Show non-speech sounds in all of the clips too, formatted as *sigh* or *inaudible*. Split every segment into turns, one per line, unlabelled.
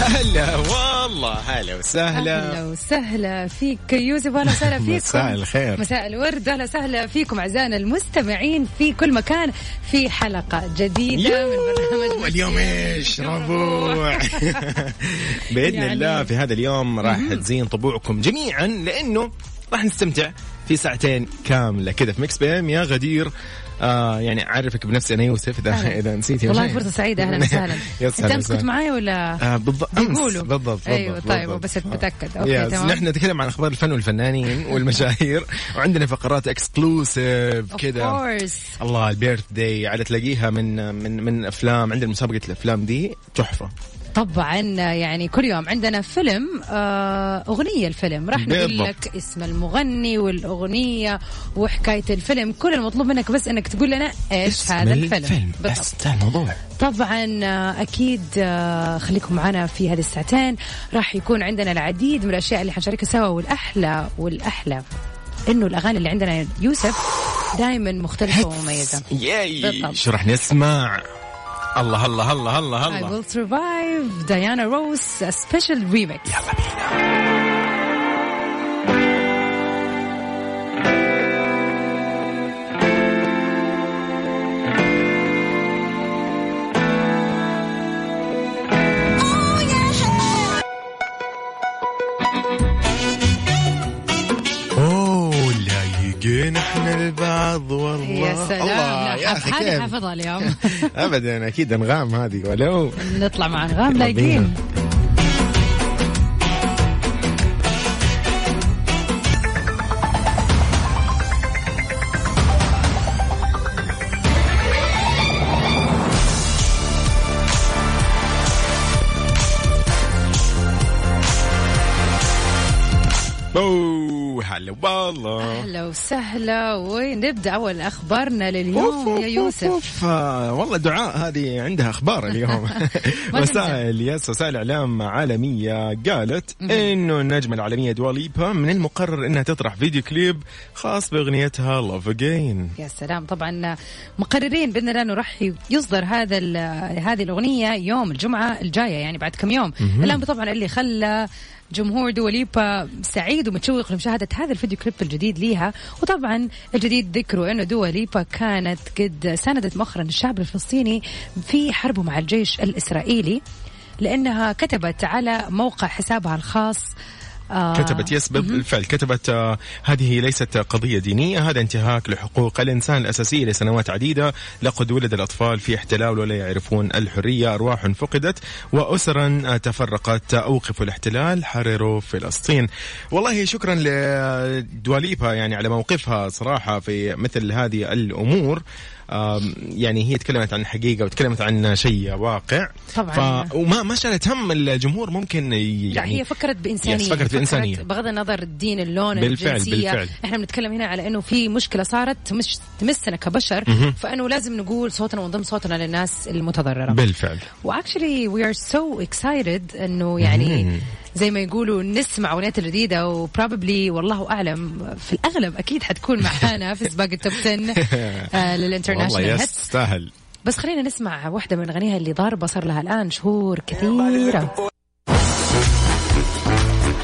هلا والله هلا وسهلا
اهلا وسهلا فيك يوسف اهلا
*laughs*
وسهلا فيكم
مساء الخير.
مساء الورد اهلا وسهلا فيكم اعزائنا المستمعين في كل مكان في حلقه جديده من برنامج
اليوم ايش *laughs* ربوع باذن
يعني-
الله في هذا اليوم راح تزين طبوعكم جميعا لانه راح نستمتع في ساعتين كامله كذا في ميكس بي ام يا غدير آه يعني اعرفك بنفسي انا يوسف
*laughs*
اذا
أهلا.
اذا نسيت
والله فرصه سعيده
*laughs*
اهلا وسهلا انت امس كنت معايا ولا
آه بالضبط أمس.
بيقولوا.
بالضبط
أيوة،
بالضبط،
طيب،
بالضبط.
بس أتأكد.
آه.
أوكي،
يس،
تمام.
نحن نتكلم عن اخبار الفن والفنانين والمشاهير وعندنا فقرات اكسكلوسيف
Of
كذا
course.
الله البيرث داي على تلاقيها من من من افلام عندنا مسابقه الافلام دي تحفه
طبعا يعني كل يوم عندنا فيلم آه، اغنيه الفيلم راح نقول
بالضبط.
لك اسم المغني والاغنيه وحكايه الفيلم كل المطلوب منك بس انك تقول لنا ايش
اسم
هذا الفيلم, بالضبط.
بس ده الموضوع
طبعا آه، اكيد آه، خليكم معنا في هذه الساعتين راح يكون عندنا العديد من الاشياء اللي حنشاركها سوا والاحلى والاحلى انه الاغاني اللي عندنا يا يوسف دائما مختلفه ومميزه
ياي
بالضبط.
شو راح نسمع الله الله الله الله
I
الله
will survive ديانا روز سبيشال ريميكس
يلا بينا أوه، لايقين احنا البعض والله
يا
الله،
سلام
يا
لا،
أخي
هذه
كيف؟
حافظها اليوم *laughs*
ابدا اكيد انغام هذه ولو
نطلع مع انغام
يلا بينا.
لايقين
اوه هلا والله
اهلا وسهلا ونبدا اول اخبارنا
أوف،
لليوم
أوف،
يا
أوف،
يوسف
أوف. آه، والله دعاء هذه عندها اخبار اليوم
*laughs*
*laughs*
ما
وسائل يس وسائل اعلام عالميه قالت انه النجمه العالميه دواليبا من المقرر انها تطرح فيديو كليب خاص باغنيتها لاف اجين
يا سلام طبعا مقررين باذن الله انه راح يصدر هذا ال- هذه الاغنيه يوم الجمعه الجايه يعني بعد كم يوم الامر طبعا اللي خلى جمهور دوليبا سعيد ومتشوق لمشاهدة هذا الفيديو كليب الجديد ليها وطبعا الجديد ذكروا أنه دوليبا كانت قد ساندت مؤخرا الشعب الفلسطيني في حربه مع الجيش الإسرائيلي لأنها كتبت على موقع حسابها الخاص آه،
كتبت يس بالفعل كتبت آه، هذه ليست قضية دينية هذا انتهاك لحقوق الإنسان الأساسية لسنوات عديدة لقد ولد الأطفال في احتلال ولا يعرفون الحرية أرواح فقدت وأسرا آه، تفرقت أوقفوا الاحتلال حرروا فلسطين والله شكرا لدواليبا يعني على موقفها صراحة في مثل هذه الأمور آم، يعني هي تكلمت عن حقيقة وتكلمت عن شيء واقع
طبعاً.
ف... وما ما شالت هم الجمهور ممكن ي-
يعني
يعني
هي فكرت بانسانيه
يس، فكرت بإنسانية.
بغض النظر الدين اللون
بالفعل،
الجنسيه
بالفعل.
احنا بنتكلم هنا على انه في مشكله صارت تمس تمسنا كبشر فانه لازم نقول صوتنا ونضم صوتنا للناس المتضرره
بالفعل
واكشلي وي ار سو اكسايتد انه يعني زي ما يقولوا نسمع اغنيات الجديده وبروبلي والله اعلم في الاغلب اكيد حتكون معانا في سباق التوب
*laughs*
10 آه
والله
للانترناشونال
يس
هيتس
تستاهل
بس خلينا نسمع واحده من اغانيها اللي ضاربه صار لها الان شهور كثيره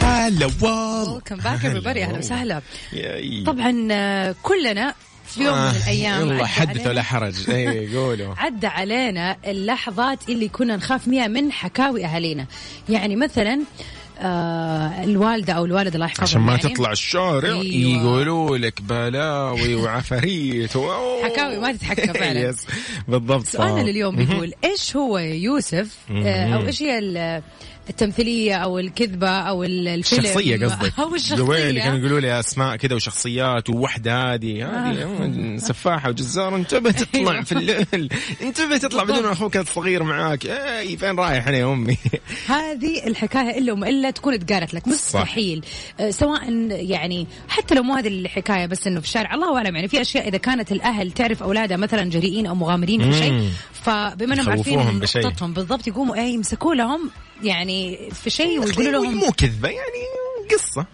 هلا والله
ويلكم باك everybody اهلا وسهلا
ياي.
طبعا آه، كلنا في يوم من
آه،
الايام
يلا
عدى
حدث
علينا-
ولا حرج إيه، اي *laughs* قولوا
عدى علينا اللحظات اللي كنا نخاف منها من حكاوي اهالينا يعني مثلا آه الوالده او الوالد الله يحفظهم
عشان ما
يعني
تطلع الشارع
أيوة.
يقولوا لك بلاوي وعفاريت و- أوه.
حكاوي ما تتحكى
*laughs*
فعلاً.
يس، بالضبط *laughs*
سؤالنا
آه.
لليوم بيقول ايش هو يا يوسف آه او ايش هي ال- التمثيليه او الكذبه او ال- الفيلم
الشخصيه قصدك
او
قبل كانوا
الشخصيه
يقولوا لي اسماء كذا وشخصيات ووحده هذه هذه سفاحه وجزار انتبه *laughs* تطلع في الليل انتبه تطلع بدون اخوك الصغير معاك اي فين رايح انا يا امي
هذه الحكايه الا وما الا تكون اتقالت لك مستحيل آه، سواء يعني حتى لو مو هذه الحكايه بس انه في الشارع الله اعلم يعني في اشياء اذا كانت الاهل تعرف اولادها مثلا جريئين او مغامرين في شيء فبما انهم
يخوفوهم
عارفين
بشيء.
نقطتهم بالضبط يقوموا اي يمسكوا لهم يعني في شيء ويقولوا لهم
مو كذبه يعني قصه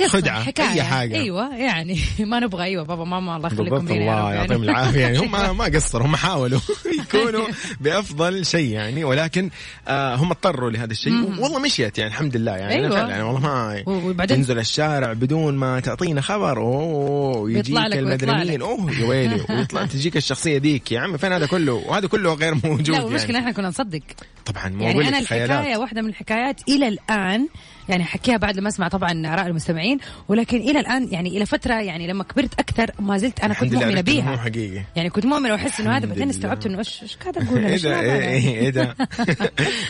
قصة،
خدعه
حكاية.
اي حاجه
ايوه يعني *laughs* ما نبغى ايوه بابا ماما الله يخليكم
أيوة، بالضبط
فينا
الله
يا رب
يعطيهم
يعني.
العافيه يعني
*laughs*
هم ما قصروا هم حاولوا *laughs* يكونوا بافضل شيء يعني ولكن آه هم اضطروا لهذا الشيء والله مشيت يعني الحمد لله يعني
أيوة.
أنا يعني والله ما
وبعدين-
تنزل الشارع بدون ما تعطينا خبر اوه يجيك
بيطلع لك-
المدري
بيطلع
مين
لك.
اوه يا
*laughs*
ويلي ويطلع تجيك الشخصيه ذيك يا عمي فين هذا كله وهذا كله غير موجود
لا
يعني
والمشكله احنا كنا نصدق
طبعا مو أقول
يعني
لك
انا الحكايه
خيالات.
واحده من الحكايات الى الان يعني حكيها بعد لما اسمع طبعا اراء المستمعين ولكن الى الان يعني الى فتره يعني لما كبرت اكثر ما زلت انا
الحمد
كنت
لله
مؤمنه
عرفت إنه مو
بيها
حقيقي
يعني كنت مؤمنه واحس انه هذا
الحمد
بعدين
لله.
استوعبت انه ايش ايش قاعد
*laughs*
اقول أنا؟
ايه
إيش
ده
ما
ايه
أنا؟
ايه إيه
*laughs*
ده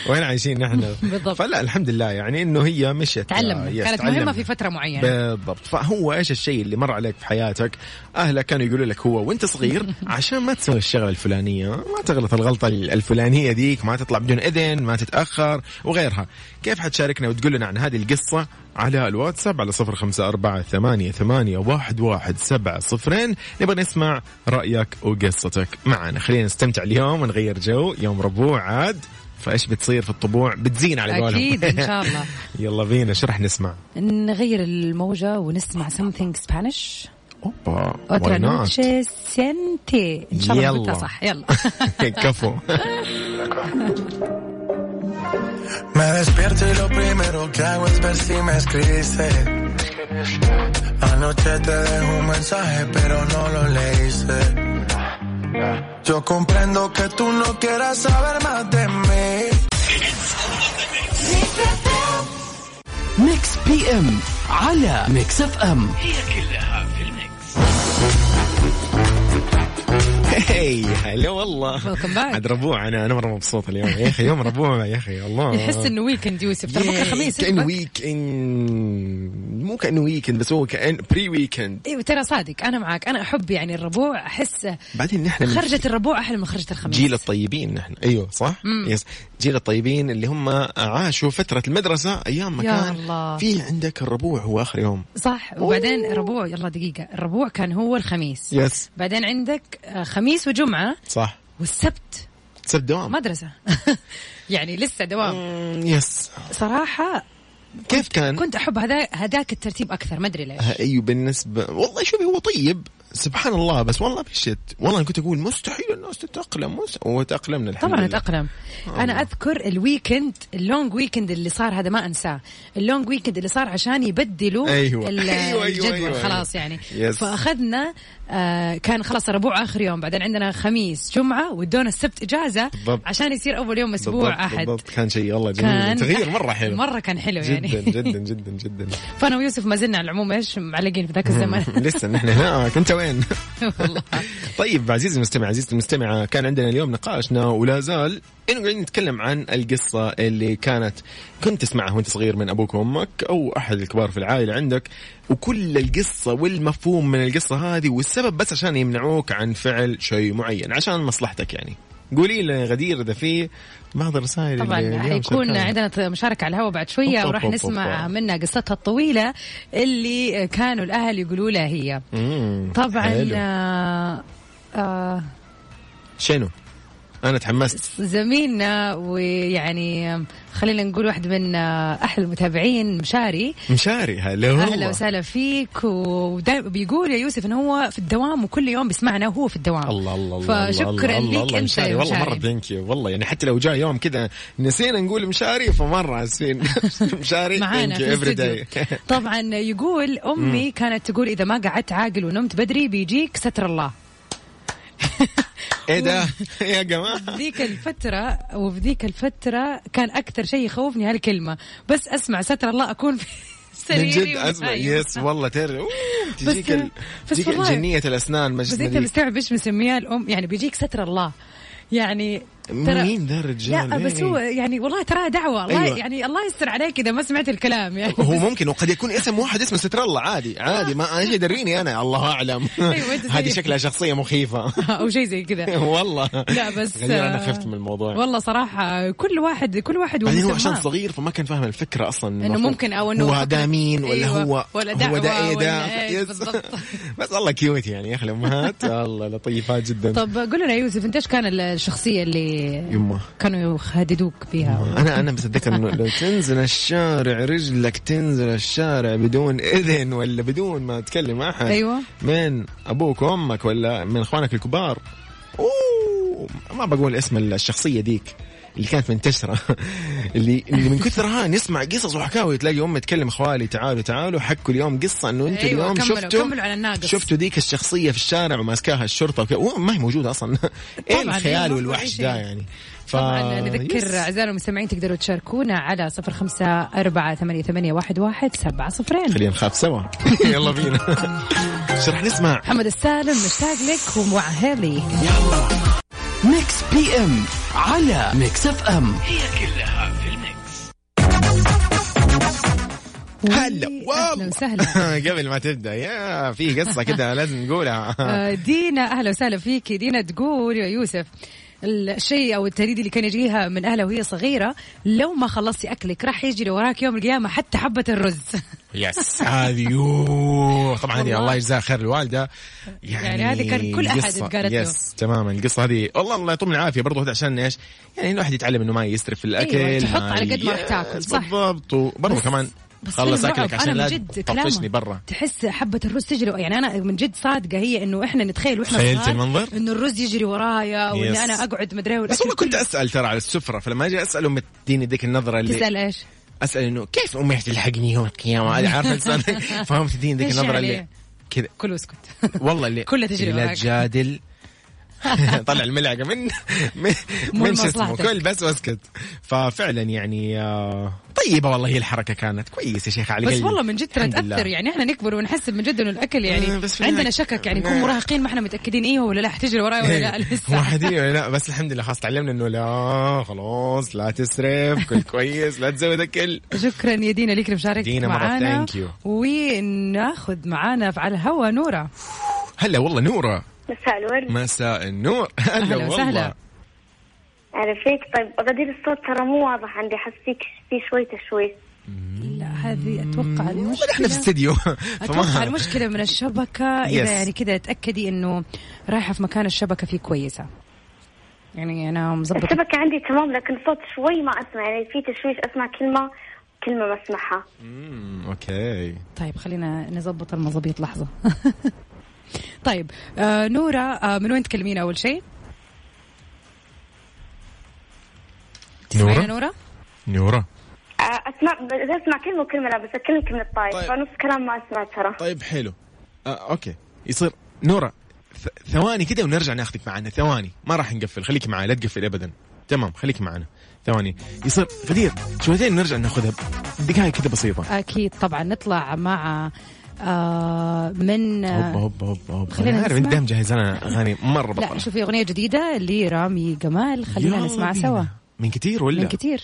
وين عايشين نحن
بالضبط.
فلا الحمد لله يعني انه هي مشت آه،
تعلمنا
يس،
كانت مهمه
تعلمنا.
في فتره معينه
بالضبط فهو ايش الشيء اللي مر عليك في حياتك اهلك كانوا يقولوا لك هو وانت
*laughs*
صغير عشان ما تسوي الشغله الفلانيه ما تغلط الغلطه الفلانيه ديك ما تطلع بدون اذن ما تتاخر وغيرها كيف حتشاركنا وتقول لنا عن هذه القصه على الواتساب على صفر خمسة أربعة ثمانية, ثمانية واحد, واحد سبعة صفرين نبغى نسمع رأيك وقصتك معنا خلينا نستمتع اليوم ونغير جو يوم ربوع عاد فايش بتصير في الطبوع بتزين على قولهم
اكيد ان شاء الله
*laughs* يلا بينا شرح نسمع
نغير الموجه ونسمع something Spanish
اوبا
اوترا
why not؟
نوتشي سنتي ان شاء الله
يلا.
قلتها صح يلا
*laughs*
*laughs*
كفو
Me despierto y lo primero que hago es ver si me escribiste. Anoche te dejé un mensaje, pero no lo leíste. Yo comprendo que tú no quieras saber más de mí.
ميكس بي ام على ميكس اف ام
هي هلا والله
Welcome back.
عاد ربوع انا انا مره مبسوط اليوم يا اخي يوم ربوع يا اخي الله
يحس انه ويكند يوسف ترى بكره خميس
كانه
إيش بك؟
ويك اند مو كانه ويكند بس هو كان بري ويكند
ايوه ترى صادق انا معك انا احب يعني الربوع احس
بعدين نحن من
خرجة الربوع احلى من خرجة الخميس
جيل الطيبين نحن ايوه صح يس جيل الطيبين اللي هم عاشوا فتره المدرسه ايام ما
يا
كان
الله.
في عندك الربوع هو اخر يوم
صح وبعدين الربوع يلا دقيقة الربوع كان هو الخميس
يس
بعدين عندك آه، خميس وجمعة
صح
والسبت
سب دوام
مدرسة *laughs* يعني لسه دوام
مم، يس
صراحة
كيف كان
كنت أحب هذا هذاك الترتيب أكثر ما أدري ليش
ايوه بالنسبه والله شوفي هو طيب سبحان الله بس والله بشت والله أنا كنت اقول مستحيل الناس تتاقلم مست... وتاقلمنا الحمد
طبعا
لله
اتاقلم انا اذكر الويكند اللونج ويكند اللي صار هذا ما انساه اللونج ويكند اللي صار عشان يبدلوا
أيوة.
ال-
أيوة، *laughs* أيوة،
الجدول
أيوة.
خلاص يعني
Yes.
فاخذنا آه كان خلاص ربوع اخر يوم بعدين عندنا خميس جمعه ودونا السبت اجازه
بالضبط.
عشان يصير اول يوم اسبوع
بالضبط،
احد
بالضبط كان شيء والله جميل تغيير مره حلو
مره كان حلو
جدا
يعني
جدا جدا جدا
فانا ويوسف ما زلنا على العموم ايش معلقين في ذاك الزمن
*laughs* لسه نحن هناك انت وين؟ *laughs*
والله.
طيب عزيزي المستمع عزيزتي المستمعة كان عندنا اليوم نقاشنا ولا زال انه قاعدين نتكلم عن القصة اللي كانت كنت تسمعها وانت صغير من ابوك وامك او احد الكبار في العائلة عندك وكل القصة والمفهوم من القصة هذه والسبب بس عشان يمنعوك عن فعل شيء معين عشان مصلحتك يعني قولي لنا يا غدير اذا في بعض الرسائل
طبعا
اللي اليوم
حيكون
شاركنا.
عندنا مشاركة على الهواء بعد شوية
أوب أوب
وراح
أوب
نسمع
أوب.
منها قصتها الطويلة اللي كانوا الأهل يقولوا لها هي
مم،
طبعا
حلو.
آه، آه،
شنو؟ انا تحمست
زميلنا ويعني آم، خلينا نقول واحد من آه، أحلى المتابعين مشاري
مشاري هلا
اهلا
والله.
وسهلا فيك ودائما بيقول يا يوسف انه هو في الدوام وكل يوم بيسمعنا وهو في الدوام
الله الله الله الله
فشكرا
الله
ليك
الله
انت
مشاري
يا
والله
مشاري.
مره ثانك يو والله يعني حتى لو جاء يوم كذا نسينا نقول مشاري فمره عسين *laughs* مشاري
معانا
ثانك يو
في
افري
الاستوديو
داي
*laughs* طبعا يقول امي كانت تقول اذا ما قعدت عاقل ونمت بدري بيجيك ستر الله
ايه ده يا
*laughs*
جماعه
ذيك الفترة وفي ذيك الفترة كان أكثر شيء يخوفني هالكلمة بس أسمع ستر الله أكون في *laughs*
من
سريري
جد اسمع
ونايمة.
يس والله ترى أوه، تجيك ال-
بس
تجيك
والله-
الجنيه الاسنان ما
بس
جسنا
أنت
ذيك.
مستوعب إيش مسميها الأم يعني بيجيك ستر الله يعني ترى-
مين ذا الرجال
لا بس
إيه.
هو يعني والله ترى دعوة الله
أيوة.
يعني الله يستر عليك إذا ما سمعت الكلام يعني
هو ممكن وقد يكون اسم واحد اسمه ستر الله عادي عادي ما ايش يدريني انا الله اعلم
*laughs* أيوة، أنت
هذه
زيي.
شكلها شخصيه مخيفه
*laughs* أو شيء زي
*laughs*
كذا
والله
لا بس
غير انا
آه،
خفت من الموضوع
والله صراحة كل واحد كل واحد
بعدين يعني هو
ومسماه.
عشان صغير فما كان فاهم الفكره اصلا
إنه
المفروض.
ممكن أو إنه
هو ده مين ولا
أيوة،
هو
ولا
هو ده
دعوة
ايه ده
ولا إيه،
يس.
بالضبط.
*laughs* بس الله كيوت يعني يا اخي
*laughs*
الامهات الله لطيفات جدا
طب قول لنا يا يوسف انت ايش كان ال- الشخصية اللي
يمه.
كانوا يهددوك فيها
انا انا بس اتذكر انه لو تنزل الشارع رجلك تنزل الشارع بدون اذن ولا بدون ما تكلم احد
أيوة.
من ابوك وامك ولا من اخوانك الكبار اوه ما بقول اسم الشخصيه ديك اللي كانت منتشره *laughs* اللي اللي من كثرها نسمع قصص وحكاوي تلاقي امي تكلم اخوالي تعالوا تعالوا حكوا اليوم قصه انه انتوا
أيوة،
اليوم
كملوا-
شفتوا
كملوا على الناقص.
شفتوا ذيك الشخصيه في الشارع وماسكاها الشرطه وكذا ما هي موجوده اصلا *laughs* ايه
طبعاً،
الخيال
أيوة،
والوحش ده
أي شيء.
يعني ف...
طبعا
يس.
نذكر اعزائنا المستمعين تقدروا تشاركونا على صفر خمسة أربعة ثمانية ثمانية واحد واحد سبعة صفرين
خلينا نخاف سوا *laughs* يلا بينا شو رح نسمع
محمد السالم مشتاق لك ومع هيلي
ميكس بي ام على ميكس اف ام
هلا
أهلا وسهلا
*laughs* قبل ما تبدا يا في قصه كده لازم
*laughs*
نقولها
آه، دينا اهلا وسهلا فيكي دينا تقول يا يوسف الشيء او التهديد اللي كان يجيها من اهلها وهي صغيره لو ما خلصتي اكلك راح يجري وراك يوم القيامه حتى حبه
*laughs*
الرز
يس هذه يوه. طبعا هذه
والله.
الله يجزاها خير الوالده
يعني هذه كان كل أحد
قصة.
اتقالت له.
يس تماما القصه هذه والله الله يطول من العافيه برضه هذا عشان ايش؟ يعني الواحد يتعلم انه ما يسرف في الاكل
أيوة، تحط
ما
على قد ما راح
يس،
تاكل، صح.
بالضبط وبرضه
بس-
كمان
بس
خلص
فيلم رعب.
اكلك عشان
أنا
لا
من جد كلامه.
تطفشني برا
تحس حبه الرز تجري يعني انا من جد صادقه هي انه احنا نتخيل واحنا
تخيلت
صغار
المنظر؟
انه الرز يجري ورايا وان
يس.
انا اقعد مدري
بس والله كنت اسال ترى على السفره فلما اجي اساله مديني ذيك النظره اللي
تسال ايش؟
اسال انه كيف امي حتلحقني يوم القيامه هذه عارفه
*laughs*
لسان فهمت دين ذيك
إيش
النظره
يعني؟
اللي كذا
كله اسكت
والله اللي
كلها تجري
اللي لا
وراك. *laughs*
تجادل طلع الملعقه من من,
مو
من شو اسمه
لمصلحتك.
كل بس واسكت ففعلا يعني آه، طيبه والله هي الحركه كانت كويس يا شيخ على
بس
قلبي.
والله من جد ترى
الحمد لله.
تاثر يعني احنا نكبر ونحس من جد انه الاكل
آه،
يعني
بس في
عندنا
النهاية-
شك يعني نكون
آه.
مراهقين ما احنا متاكدين ايوه ولا لا حتجري ورايا ولا لا لسه
*laughs* واحد إيه، لا بس الحمد لله خلاص تعلمنا انه لا خلاص لا تسرف كل كويس لا تزود اكل
شكرا يا دينا لك لمشاركتك
دينا مرة
معانا
thank you.
وناخذ معانا على الهوا نورة
هلا والله نوره
مساء الورد
مساء النور هلا
أهلا وسهلا.
والله
على فيك طيب غدير الصوت ترى مو واضح عندي حسيك في شوي تشويش
لا هذه اتوقع
والله احنا في
المشكلة
استديو
اتوقع المشكلة من الشبكة
Yes.
اذا يعني كذا تاكدي انه رايحة في مكان الشبكة فيه كويسة يعني انا مظبطة
الشبكة عندي تمام لكن صوت شوي ما أسمع يعني في تشويش أسمع كلمة كلمة ما أسمعها
مم، اوكي
طيب خلينا نظبط المظابيط لحظة *laughs* طيب آه نورة آه من وين تكلمينا أول شيء؟ تسمعينا نورة؟
نورة
آه، أسمع بس أسمع كلمة وكلمة لا بس أتكلم من الطايف
طيب.
فنص كلام ما أسمع ترى
طيب حلو آه اوكي يصير نورة ث- ثواني كده ونرجع ناخذك معنا ثواني ما راح نقفل خليك معي لا تقفل ابدا تمام خليك معنا ثواني يصير غدير شويتين نرجع ناخذها دقائق كده بسيطة
أكيد طبعا نطلع مع آه من
هوب
آه
هوب هوب هوب
خلينا
أنا عارف انت
نسمع.
دايم مجهز انا اغاني مرة
لا
بطلة
شوف في أغنية جديدة لرامي جمال خلينا
يلا
نسمع
بينا.
سوا
من كتير ولا؟
من كتير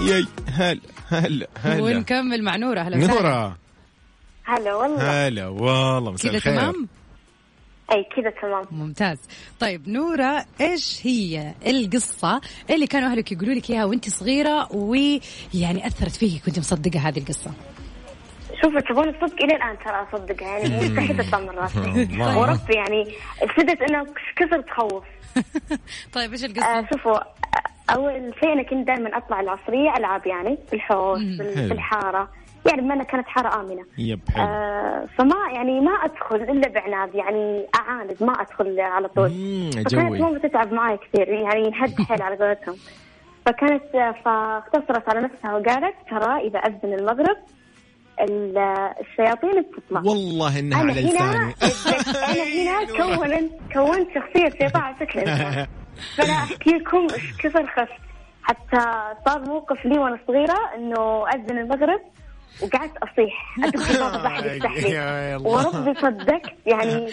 ياي هلا هلا هلا
ونكمل مع نورة أهلا وسهلا
نورة
هلا والله
هلا والله مساء
كذا
الخير
تمام؟
أي كذا تمام
ممتاز طيب نورة إيش هي القصة اللي كانوا أهلك يقولوا لك إياها وأنت صغيرة ويعني أثرت فيك كنت مصدقة هذه القصة *laughs*
شوفوا تبون الصدق إلى الآن ترى أصدقها يعني مستحيل تطلع من
*laughs*
راسي
الله.
وربي يعني ابتدت أنا كثر تخوف
طيب ايش
آه
القصه؟
شوفوا آه، اول شيء انا كنت دائما اطلع العصريه العاب يعني في الحوش في
حلو.
الحاره يعني بما انها كانت حاره امنه
يب حلو
آه فما يعني ما ادخل الا بعناد يعني اعاند ما ادخل على طول
مم،
فكانت
جوي.
ماما تتعب معي كثير يعني نهد حيل على قولتهم فكانت فاقتصرت على نفسها وقالت ترى إذا أذن المغرب ال- الشياطين بتطلع
والله انها
أنا
على
هنا
لساني
*laughs*
أيوة.
أنا
*laughs*
هنا
*laughs*
كونت كونت شخصية شيطان على شكل إنسان فأنا أحكي لكم إيش كثر خفت حتى صار موقف لي وأنا صغيرة إنه أذن المغرب وقعدت أصيح
*laughs*
أدق في بابا ما حد يفتح لي
يا الله.
وربي صدقت
*laughs*
يعني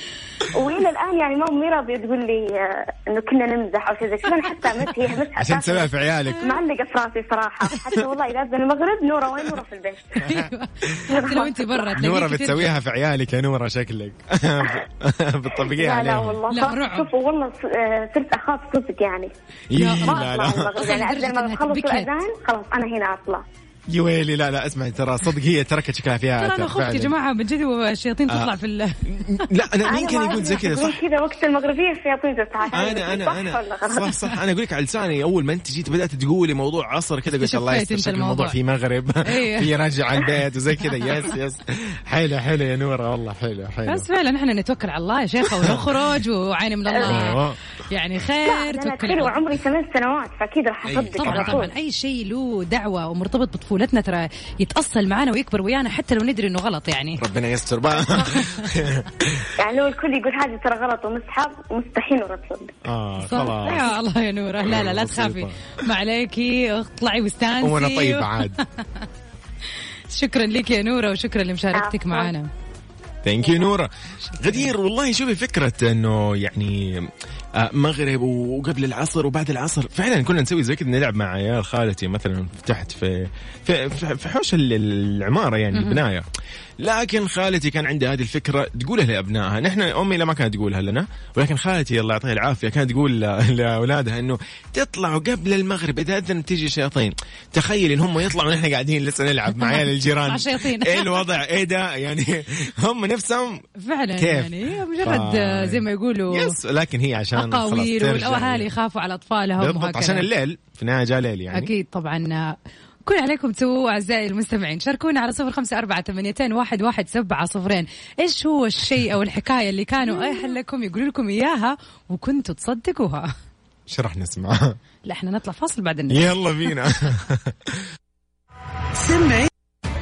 وإلى الآن يعني ما أمي راضية تقول لي آه، إنه كنا نمزح أو شيء زي كذا أنا حتى عملت هي مسح
عشان تسويها في عيالك
معلقة في راسي صراحة حتى والله إذا أذن المغرب نورة وين نورة في البيت
حتى أيوه. لو انت برا تلاقيك
نورة
ترجع.
بتسويها في عيالك يا نورة شكلك *laughs* بتطبقيها
لا لا
عليهم
والله
لا،
صراحة
رعب.
شوف والله ص- آه، صرت أخاف صدق يعني
إيه،
ما
لا
اطلع
لا
المغرب يعني
لدرجة
أذن
إنها
المغرب خلص
تبكت.
الاذان خلاص انا هنا اطلع
يا ويلي لا لا اسمع ترى صدق هي تركت شكلها فيها
ترى
أثر
انا خفت
فعلاً.
يا
*laughs*
جماعه من جد والشياطين تطلع في ال-
لا انا
أنا
مين كان
ما
يقول زي
أعرف
كذا
يقولون
صح؟
كذا وقت المغربيه الشياطين تتعاشى
انا
صح
انا
ولا
انا
غلط؟
صح صح انا اقول لك على لساني اول ما انت جيت بدات تقولي موضوع عصر كذا قلت الله
اكتشفت
يستر
أنت
شكل
الموضوع.
الموضوع في
*laughs*
*laughs*
مغرب
إيه.
في راجع على البيت وزي كذا يس يس
حلو حلو يا نورة والله حلو حلو
بس فعلا احنا نتوكل على الله يا شيخه ونخرج وعين من الله
أيوة.
يعني
لا،
خير
انا
توكل
كثير
على الله.
وعمري ثمان سنوات فاكيد راح
إيه،
اصدق
طبعا
على طول
طبعا اي شيء له دعوه ومرتبط بطفولتنا ترى يتاصل معنا ويكبر ويانا حتى لو ندري انه غلط يعني
ربنا يستر
*laughs*
*laughs*
بقى
يعني لو الكل يقول هذه ترى غلط ومسحب ومستحيل ورا تصدق
اه
صح.
خلاص
يا الله يا نوره لا لا لا
بسيطة.
تخافي ما عليكي اطلعي واستانسي
امورنا
طيب
طيبة عاد
شكرا لك يا نوره وشكرا لمشاركتك
عفواً.
معنا
ثانك يو نوره غدير والله شوفي فكره انه يعني آه، مغرب وقبل العصر وبعد العصر فعلا كنا نسوي زي كذا نلعب مع عيال خالتي مثلا تحت في في, في في حوش ال- العماره يعني البنايه لكن خالتي كان عندها هذه الفكره تقولها لابنائها نحن امي لا ما كانت تقولها لنا ولكن خالتي الله يعطيها العافيه كانت تقول ل- *laughs* لاولادها انه تطلعوا قبل المغرب اذا اذن تيجي شياطين تخيل ان هم يطلعوا ونحن قاعدين لسه نلعب مع عيال الجيران
*laughs* مع شياطين.
ايه الوضع ايه ده يعني هم نفسهم
فعلا
كيف؟
يعني مجرد
فاي.
زي ما يقولوا
يس لكن هي عشان خلاص
اقاويل
ترجع
والاهالي يخافوا على اطفالهم
بالضبط
وهكذا
عشان الليل في النهايه جاء ليل يعني
أكيد طبعا كل عليكم تسووه أعزائي المستمعين شاركونا على صفر خمسة أربعة ثمانيتين واحد واحد سبعة صفرين إيش هو الشيء أو الحكاية اللي كانوا أهلكم يقولوا لكم إياها وكنتوا تصدقوها
ايش راح
*laughs*
نسمع؟
لا احنا نطلع فاصل بعدين
يلا بينا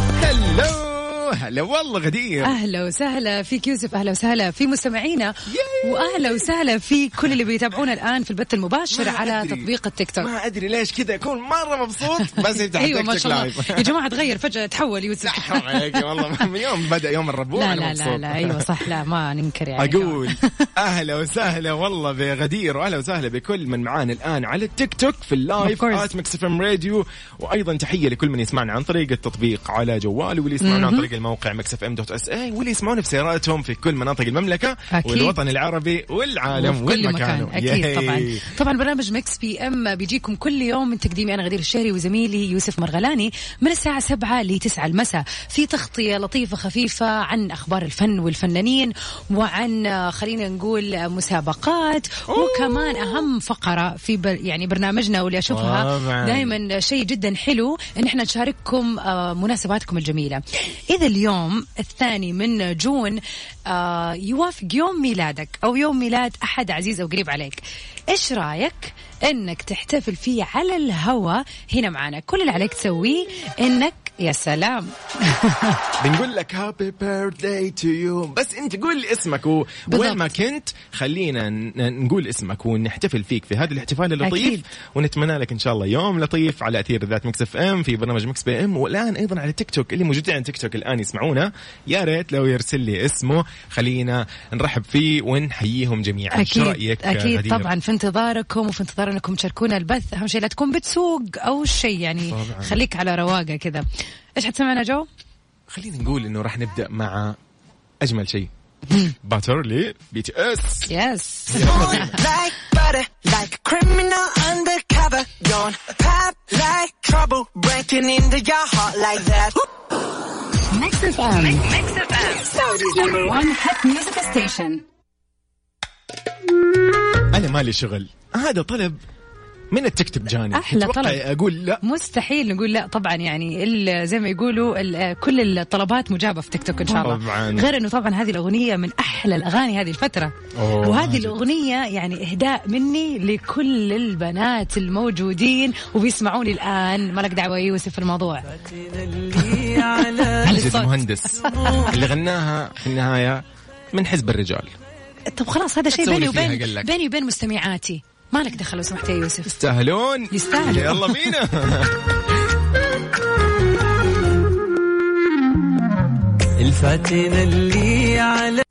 هلو هلا والله غدير
اهلا وسهلا فيك يوسف اهلا وسهلا في مستمعينا واهلا وسهلا في كل اللي بيتابعونا الان في البث المباشر على
أدري.
تطبيق التيك توك
ما ادري ليش كذا اكون مره مبسوط بس
*laughs*
يفتح
ايوه ما
تيك
شاء الله
لايف.
يا جماعه تغير فجاه تحول يوسف
*laughs* حرام عليك والله من يوم بدا يوم الربوع
لا
أنا
لا لا
مبسوط.
لا ايوه صح لا ما ننكر يعني
اقول
*laughs*
اهلا وسهلا والله بغدير واهلا وسهلا بكل من معانا الان على التيك توك في
Of
اللايف
course.
ات مكس ام راديو وايضا تحيه لكل من يسمعنا عن طريق التطبيق على جواله واللي يسمعنا عن طريق الموقع مكس اف ام دوت اس اي واللي يسمعونا في سياراتهم في كل مناطق المملكه
أكيد.
والوطن العربي والعالم
وفي كل
وين
مكان
مكانه
اكيد
ياي.
طبعا طبعا برنامج مكس بي ام بيجيكم كل يوم من تقديمي انا غدير الشهري وزميلي يوسف مرغلاني من الساعه 7 ل 9 المساء في تغطيه لطيفه خفيفه عن اخبار الفن والفنانين وعن آه، خلينا نقول آه، مسابقات وكمان اهم فقره في بر يعني برنامجنا واللي اشوفها
طبعاً.
دائما شيء جدا حلو ان احنا نشارككم آه، مناسباتكم الجميله اذا اليوم الثاني من جون آه، يوافق يوم ميلادك او يوم ميلاد احد عزيز او قريب عليك ايش رايك انك تحتفل فيه على الهوا هنا معنا كل اللي عليك تسويه انك يا سلام
بنقول لك هابي بيرثداي تو يو بس انت قول لي اسمك وين
بالضبط.
ما كنت خلينا ن- نقول اسمك ونحتفل فيك في هذا الاحتفال اللطيف
أكيد.
ونتمنى لك ان شاء الله يوم لطيف على اثير ذات مكس اف ام في برنامج مكس بي ام والان ايضا على تيك توك اللي موجودين على تيك توك الان يسمعونا يا ريت لو يرسل لي اسمه خلينا نرحب فيه ونحييهم جميعا شو رايك
اكيد
غدير؟
طبعا في انتظاركم وفي انتظار انكم تشاركونا البث اهم شيء لا تكون بتسوق او شيء يعني
طبعاً.
خليك على رواقه كذا ايش حتسمعنا جو؟ *laughs*
خلينا نقول انه راح نبدا مع اجمل شيء باتر لي بي تي اس
يس
like butter, like a criminal undercover. Don't pop like trouble, breaking into your heart like that.
ميكس اف ام سعوديز نمبر 1 هات ميوزك ستيشن
انا مالي شغل هذا طلب من التيك توك جاني
أحلى
تتوقع
طلب.
اقول لا
مستحيل نقول لا طبعا يعني ال- زي ما يقولوا ال- كل الطلبات مجابه في تيك توك ان شاء الله
طبعاً.
غير انه طبعا هذه الاغنيه من احلى الاغاني هذه الفتره
أوه،
وهذه
جد.
الاغنيه يعني اهداء مني لكل البنات الموجودين وبيسمعوني الان مالك دعوه يوسف في الموضوع
مجد
الصوت.
المهندس اللي غناها في النهايه من حزب الرجال
طيب، طب خلاص هذا شيء
تسوي
بيني
فيها
وبين
قال لك.
بيني وبين مستمعاتي مالك دخل لو سمحت يا يوسف
يستاهلون
يستاهلوا.
يلا بينا
الفاتنة اللي على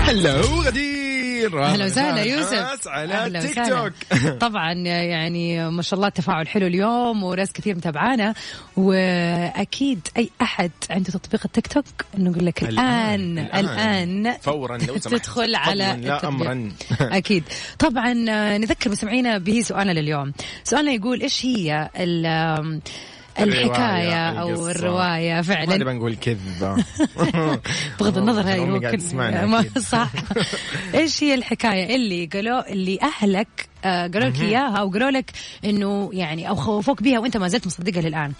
هلا وغدير
اهلا وسهلا
ناس
يوسف
على
أهلا
تيك
وسهلا.
توك *laughs*
طبعا يعني ما شاء الله تفاعل حلو اليوم وناس كثير متابعانا واكيد اي احد عنده تطبيق التيك توك نقول لك الان الان,
فورا لو سمحت
تدخل على
فضلاً لا
التطبيق. *laughs*
امرا
اكيد طبعا آه، نذكر مستمعينا به سؤالنا لليوم سؤالنا يقول ايش هي ال- آم، الحكاية
الرواية،
أو
القصة.
الرواية
ما نبغى
فعلا
نقول كذبه
*laughs* بغض النظر هاي
أمي قاعدة
ممكن
تسمعنا
*laughs* ما-
أكيد. *laughs*
صح ايش هي الحكاية اللي قالوا اللي أهلك آه، قالوا لك اياها او قالوا لك انه يعني او خوفوك بيها وانت ما زلت مصدقها للان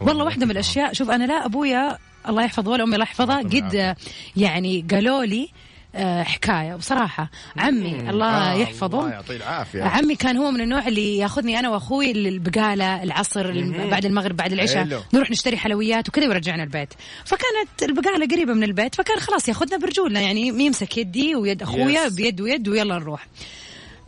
والله واحده من الاشياء شوف انا لا ابويا الله يحفظه ولا امي الله يحفظها قد آه، يعني قالوا لي آه، حكايه بصراحه عمي الله
آه،
يحفظه
الله يعطيه العافية.
عمي كان هو من النوع اللي ياخذني انا واخوي للبقاله العصر الم- بعد المغرب بعد
حلو.
العشاء نروح نشتري حلويات وكذا ويرجعنا البيت فكانت البقاله قريبه من البيت فكان خلاص ياخذنا برجولنا يعني يمسك يدي ويد اخويا
Yes.
بيد ويد ويلا نروح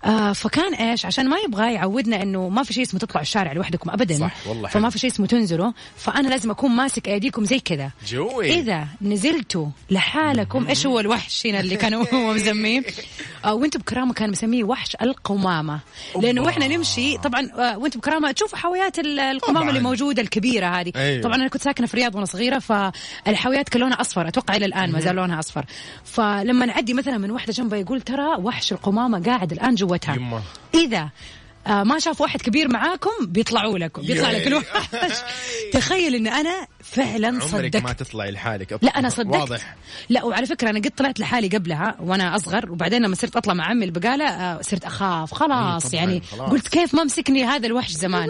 آه فكان ايش عشان ما يبغى يعودنا انه ما في شيء اسمه تطلعوا الشارع لوحدكم ابدا
صح، والله حلو.
فما في شيء اسمه تنزلوا فانا لازم اكون ماسك ايديكم زي كذا
جوي
اذا نزلتوا لحالكم ايش هو الوحش هنا اللي كانوا *laughs* هو مسميه آه وانت بكرامه كان مسميه وحش القمامه لانه واحنا نمشي طبعا آه وانت بكرامه تشوفوا حاويات ال- القمامه
طبعاً.
اللي موجوده الكبيره هذه
أيوة.
طبعا انا كنت ساكنه في الرياض وانا صغيره فالحاويات كان لونها اصفر اتوقع الى الان ما زال لونها اصفر فلما نعدي مثلا من واحده جنبها يقول ترى وحش القمامه قاعد الان جوتها
يمه.
اذا آه، ما شاف واحد كبير معاكم بيطلعوا لكم بيطلع لك
ياي.
الوحش تخيل ان انا فعلا
عمرك
صدقت
ما تطلعي لحالك
لا انا صدقت
واضح
لا وعلى فكره انا قد طلعت لحالي قبلها وانا اصغر وبعدين لما صرت اطلع مع عمي البقاله آه، صرت اخاف خلاص
طبعاً،
يعني
خلاص.
قلت كيف ما مسكني هذا الوحش زمان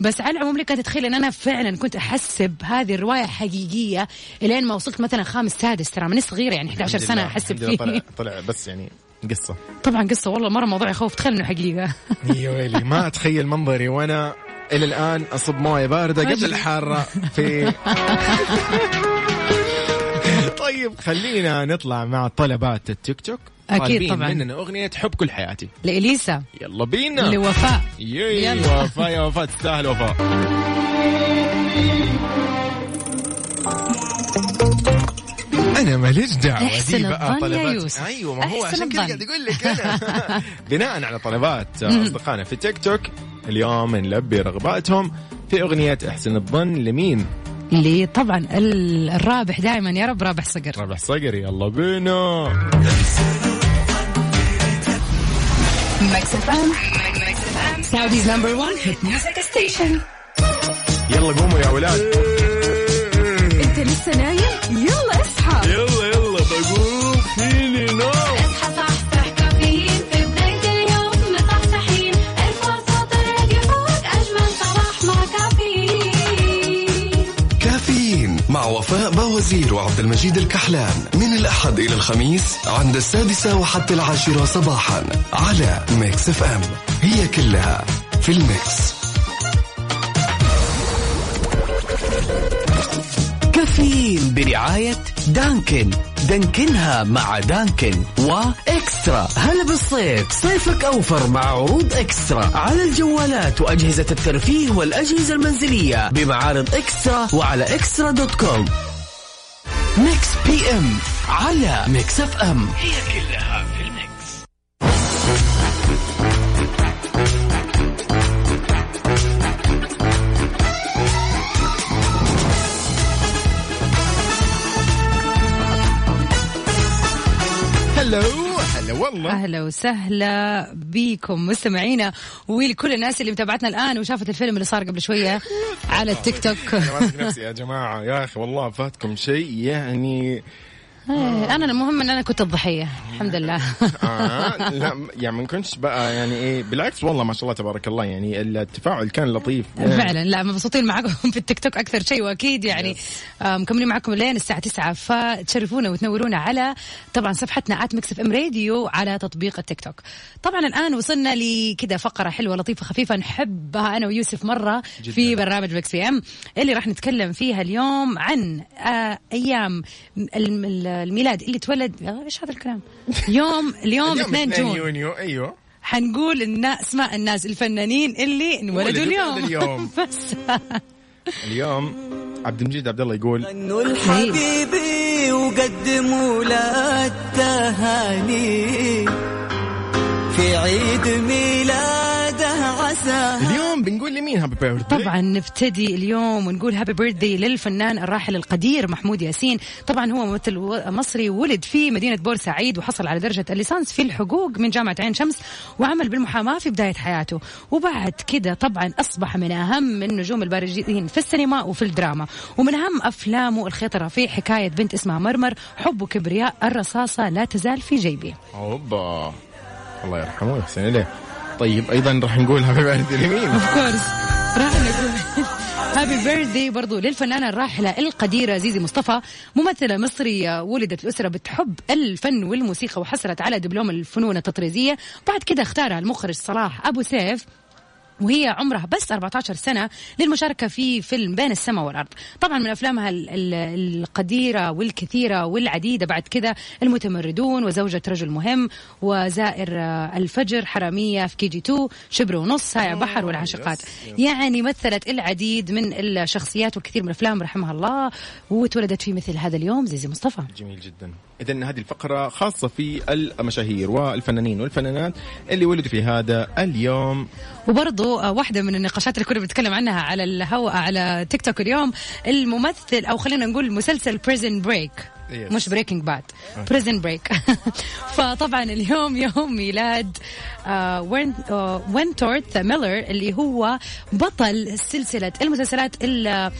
بس على العموم لك تتخيل ان انا فعلا كنت احسب هذه الروايه حقيقيه الين ما وصلت مثلا خامس سادس ترى من صغيره يعني 11
الحمد
سنه
لله،
احسب
الحمد لله طلع
*laughs* فيه
طلع بس يعني قصه
طبعا قصه والله مره موضوع يخوف تخيل انه *laughs* حقيقه
يا ويلي ما اتخيل منظري وانا الى الان اصب مويه بارده قبل
رجل.
الحاره في طيب خلينا نطلع مع طلبات التيك توك
أكيد
طالبين
طبعاً.
مننا اغنيه حب كل حياتي
لاليسا
يلا بينا *laughs*
لوفاء
ياي
يلا.
وفاء يا وفاء تستاهل وفاء انا ماليش دعوه
احسن
دي بقى
الظن يا
طلبات
يوسف.
ايوه ما هو
احسن
عشان كذا
الظن.
قاعد اقول لك
*laughs*
انا بناء على طلبات اصدقائنا في تيك توك اليوم نلبي رغباتهم في اغنيه احسن الظن لمين؟
اللي طبعا ال- الرابح دائما يا رب رابح صقر
رابح صقري يلا بينا
ميكس اف ام سعوديز نمبر 1 هات ميوزك ستيشن
يلا قوموا يا اولاد
انت لسه نايم يلا اصحى
يلا يلا بقوم فيني نوم
اصحى صحصح كافيين في بداية اليوم مصحصحين الفرصة تراك يفوت أجمل صباح مع كافيين
كافيين مع وفاء بوزير وعبد المجيد الكحلان من الأحد إلى الخميس عند السادسة وحتى العاشرة صباحا على ميكس اف ام هي كلها في الميكس
كافيين برعاية دانكن دانكنها مع دانكن وإكسترا هلا بالصيف صيفك أوفر مع عروض إكسترا على الجوالات وأجهزة الترفيه والأجهزة المنزلية بمعارض إكسترا وعلى إكسترا دوت كوم ميكس بي ام على ميكس اف ام
الله.
اهلا وسهلا بيكم مستمعينا ولكل الناس اللي متابعتنا الان وشافت الفيلم اللي صار قبل شويه على التيك توك
انا ماسك نفسي يا جماعه يا اخي والله فاتكم شيء يعني
إيه، انا المهم ان انا كنت الضحيه الحمد لله
آه لا يعني ما كنتش بقى يعني ايه بالعكس والله ما شاء الله تبارك الله يعني التفاعل كان لطيف
فعلا لا مبسوطين معكم *laughs* في التيك توك اكثر شيء واكيد يعني آه، مكملين معكم لين الساعه 9 فتشرفونا وتنورونا على طبعا صفحتنا ات ميكس اف ام راديو على تطبيق التيك توك طبعا الان وصلنا لكذا فقره حلوه لطيفه خفيفه نحبها انا ويوسف مره جدا. في برنامج ميكس بي ام اللي راح نتكلم فيها اليوم عن آه، ايام الم- الميلاد اللي تولد آه، ايش هذا الكلام يوم اليوم 2 جون
يونيو ايوه
حنقول النا- اسماء الناس الفنانين اللي انولدوا
ولدوا
اليوم
بعد اليوم.
*laughs* بس
اليوم عبد المجيد عبد الله يقول
حبيبي وقدموا له التهاني في عيد ميلاده عساه
اليوم بنقول لمين هابي بيرث
طبعا نبتدي اليوم ونقول هابي بيرثدي للفنان الراحل القدير محمود ياسين طبعا هو ممثل و- مصري ولد في مدينة بورسعيد وحصل على درجة الليسانس في الحقوق من جامعة عين شمس وعمل بالمحاماة في بداية حياته وبعد كده طبعا أصبح من أهم النجوم البارزين في السينما وفي الدراما ومن أهم أفلامه الخطرة في حكاية بنت اسمها مرمر حب وكبرياء الرصاصة لا تزال في جيبي
اوبا الله يرحمه ويحسن اليه طيب ايضا راح نقول هابي بيرث لمين
اوف كورس راح نقول هابي بيرثدي برضو للفنانة الراحلة القديرة زيزي مصطفى ممثلة مصرية ولدت الأسرة بتحب الفن والموسيقى وحصلت على دبلوم الفنون التطريزية بعد كده اختارها المخرج صلاح أبو سيف وهي عمرها بس 14 سنة للمشاركة في فيلم بين السماء والأرض طبعا من أفلامها ال- ال- القديرة والكثيرة والعديدة بعد كذا المتمردون وزوجة رجل مهم وزائر آه، الفجر حرامية في كي جي 2 شبر ونص سايع بحر والعاشقات يعني مثلت العديد من الشخصيات وكثير من الأفلام رحمها الله وتولدت في مثل هذا اليوم زيزي مصطفى
جميل جدا اذا هذه الفقره خاصه في المشاهير والفنانين والفنانات اللي ولدوا في هذا اليوم
وبرضو آه، واحدة من النقاشات اللي كنا بنتكلم عنها على الهواء على تيك توك اليوم الممثل أو خلينا نقول مسلسل بريزن بريك
Yes. آه.
مش بريكنج باد
Okay.
بريزن بريك *laughs* فطبعا اليوم يوم ميلاد آه، وين- آه، وينتورث ميلر اللي هو بطل سلسلة المسلسلات ال-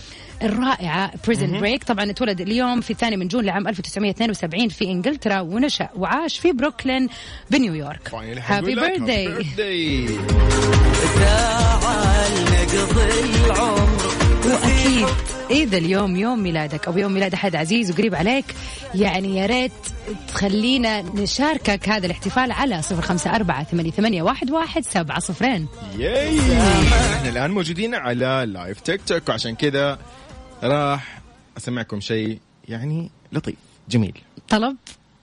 الرائعة بريزن
مهم.
بريك طبعا اتولد اليوم في الثاني من جون لعام 1972 في انجلترا ونشأ وعاش في بروكلين بنيويورك
طيب،
هابي
*laughs*
بيرثداي
ساعة لنقضي العمر
واكيد اذا اليوم يوم ميلادك او يوم ميلاد احد عزيز وقريب عليك يعني يا ريت تخلينا نشاركك هذا الاحتفال على صفر خمسة أربعة ثمانية, ثمانية واحد, واحد سبعة صفرين
ياي احنا الان موجودين على لايف تيك توك وعشان كذا راح اسمعكم شيء يعني لطيف جميل
طلب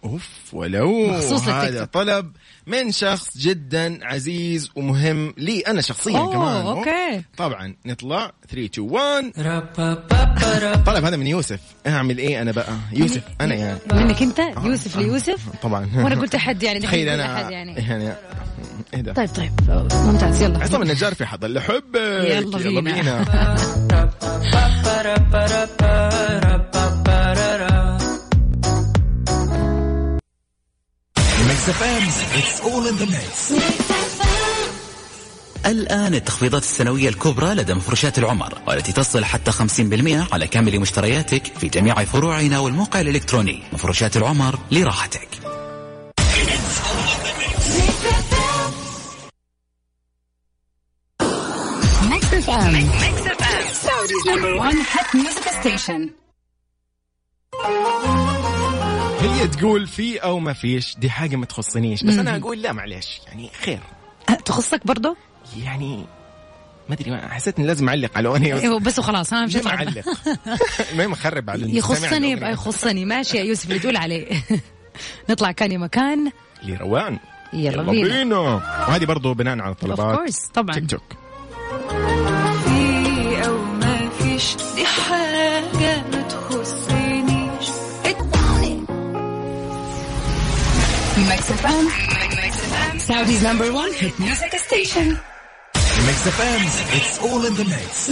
اوف ولو
مخصوص للتيك
هذا
توك.
طلب من شخص جدا عزيز ومهم لي انا شخصيا
أوه،
كمان
أوكي.
طبعا نطلع 3 2 1 طلب هذا من يوسف اعمل ايه انا بقى يوسف انا يعني
منك أنت يوسف ليوسف
طبعا
وأنا قلت أحد يعني نحن
تخيل
نقول
انا
أحد يعني.
يعني اهدى
طيب طيب ممتاز يلا
عصام النجار في حضر لحبك
يلا بينا.
ميكس اف ام اتس اول ان ذا ميكس الآن التخفيضات السنوية الكبرى لدى مفروشات العمر والتي تصل حتى 50% على كامل مشترياتك في جميع فروعنا والموقع الإلكتروني مفروشات العمر لراحتك
ميكس اف ام ميكس اف ام سعوديز نمبر 1 هات ميوزك ستيشن
هي تقول في او ما فيش دي حاجه ما تخصنيش بس انا
مهم.
اقول لا معلش يعني خير
أه، تخصك برضو
يعني ما ادري ما- حسيت اني لازم اعلق على اغنيه بس
إيوه، بس وخلاص ها مش
ليه ما
*laughs*
اعلق المهم اخرب على المستمع
يخصني يبقى
الأغنية.
يخصني ماشي يا يوسف اللي تقول عليه *laughs* نطلع كان يا مكان
لروان
يلا بينا.
وهذه برضو بناء على
Of
طلبات
course، طبعا
تيك توك
في او ما فيش دي حاجه ما تخصنيش
ميكس اف ام ميكس اف ام سعوديز نمبر 1 هات ميوزك ستيشن
ميكس اف ام اتس اول ان ذا ميكس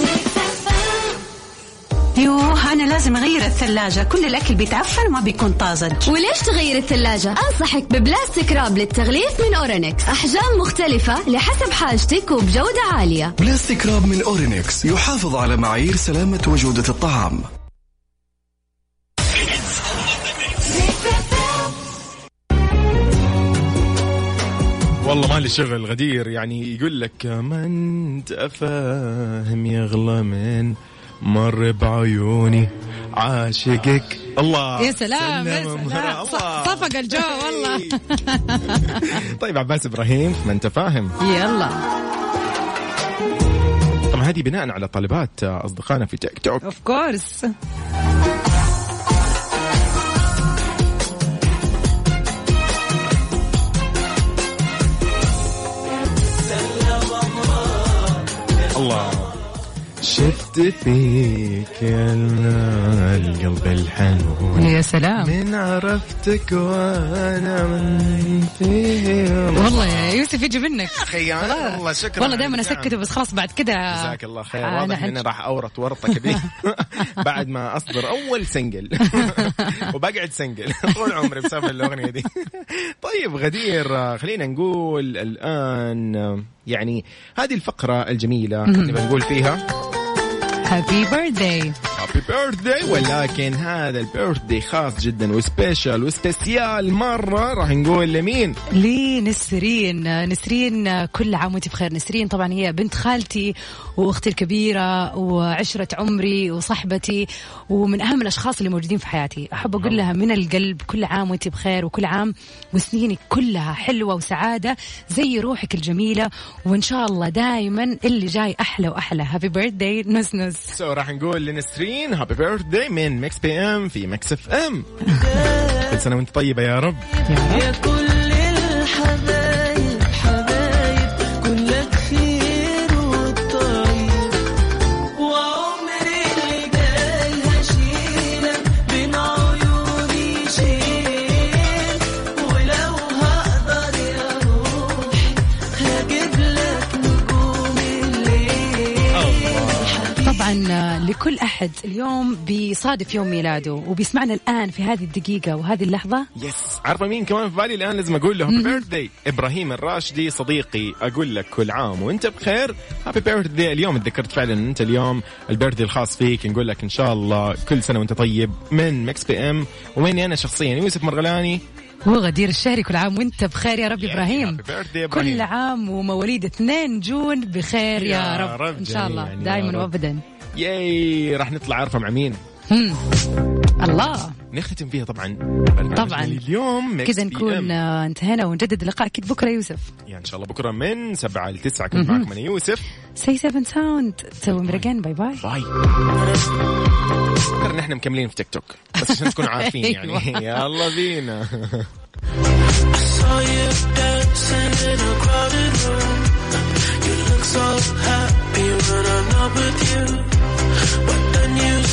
يوه أنا لازم أغير الثلاجة كل الأكل بيتعفن وما بيكون طازج
وليش تغير الثلاجة؟ أنصحك ببلاستيك راب للتغليف من أورينكس أحجام مختلفة لحسب حاجتك وبجودة عالية
بلاستيك راب من أورينكس يحافظ على معايير سلامة وجودة الطعام
والله مالي شغل غدير يعني يقول لك ما انت فاهم يغلى من مر بعيوني عاشقك الله
يا سلام يا
سلم
سلام
مرة. الله.
ص- صفق *laughs* الجو آه،
*laughs*
والله
طيب عباس ابراهيم ما انت فاهم
يلا
طبعا هذه بناء على طلبات اصدقائنا في تيك توك
اوف كورس
الله شفت فيك يا القلب الحنون
يا سلام
من عرفتك وانا من فيه
والله يا يوسف يجي منك
اخي أنا
والله-
والله شكراً
والله
على
دائما
الدعم.
اسكته بس خلاص بعد كده آه،
جزاك الله خير
أنا
واضح
حن-
اني راح اورط ورطه كبيره بعد ما اصدر اول سنجل وبقعد سنجل طول عمري بسبب الاغنيه دي *laughs* طيب غدير آه، خلينا نقول الان آه، يعني هذه الفقره الجميله
مهم.
اللي بنقول فيها
هابي بيرثداي
هابي بيرثداي ولكن هذا البيرثداي خاص جدا وسبيشال وسبيسيال مره راح نقول لمين؟
لنسرين نسرين كل عام وانت بخير نسرين طبعا هي بنت خالتي واختي الكبيره وعشره عمري وصاحبتي ومن اهم الاشخاص اللي موجودين في حياتي احب اقول لها من القلب كل عام وانت بخير وكل عام وسنينك كلها حلوه وسعاده زي روحك الجميله وان شاء الله دائما اللي جاي احلى واحلى هابي بيرثداي نس نس
سو راح نقول لنسرين هابي بيرثداي من مكس بي ام في مكس اف ام كل سنه وانت طيبه يا رب
يا كل الحبايب حبايب كلك خير والطيب وعمري اللي جاي هشيلك بين عيوني شيل ولو هقدر يا روحي هجيب لك نجوم الليل
طبعا آه، لكل احد اليوم بيصادف يوم ميلاده وبيسمعنا الان في هذه الدقيقه وهذه اللحظه
يس عارفه مين كمان في بالي الان لازم اقول له هابي بيرثداي ابراهيم الراشدي صديقي اقول لك كل عام وانت بخير هابي بيرثداي اليوم اتذكرت فعلا ان انت اليوم البيرثدي الخاص فيك نقول لك ان شاء الله كل سنه وانت طيب من مكس بي ام ومني انا شخصيا يوسف مرغلاني
وغدير الشهري كل عام وانت بخير يا رب
يا
ابراهيم
happy birthday يا إبراهيم.
كل عام ومواليد 2 جون بخير يا,
يا
رب.
رب
ان شاء الله
جميل، يا
دائما
رب.
وابدا
ياي راح نطلع عارفه مع مين
هم. الله
نختتم فيها طبعا
طبعاً.
برنامجنا اليوم
كذا نكون آه، انتهينا ونجدد اللقاء اكيد بكره يوسف
يعني ان شاء الله بكره من 7 ل 9 كنت
مهم.
معكم انا يوسف
سي 7 ساوند سوي مرقين باي باي
باي ترى نحن مكملين في تيك توك بس عشان تكونوا عارفين يعني
أيوة.
يلا بينا
saw you dancing in a crowded room.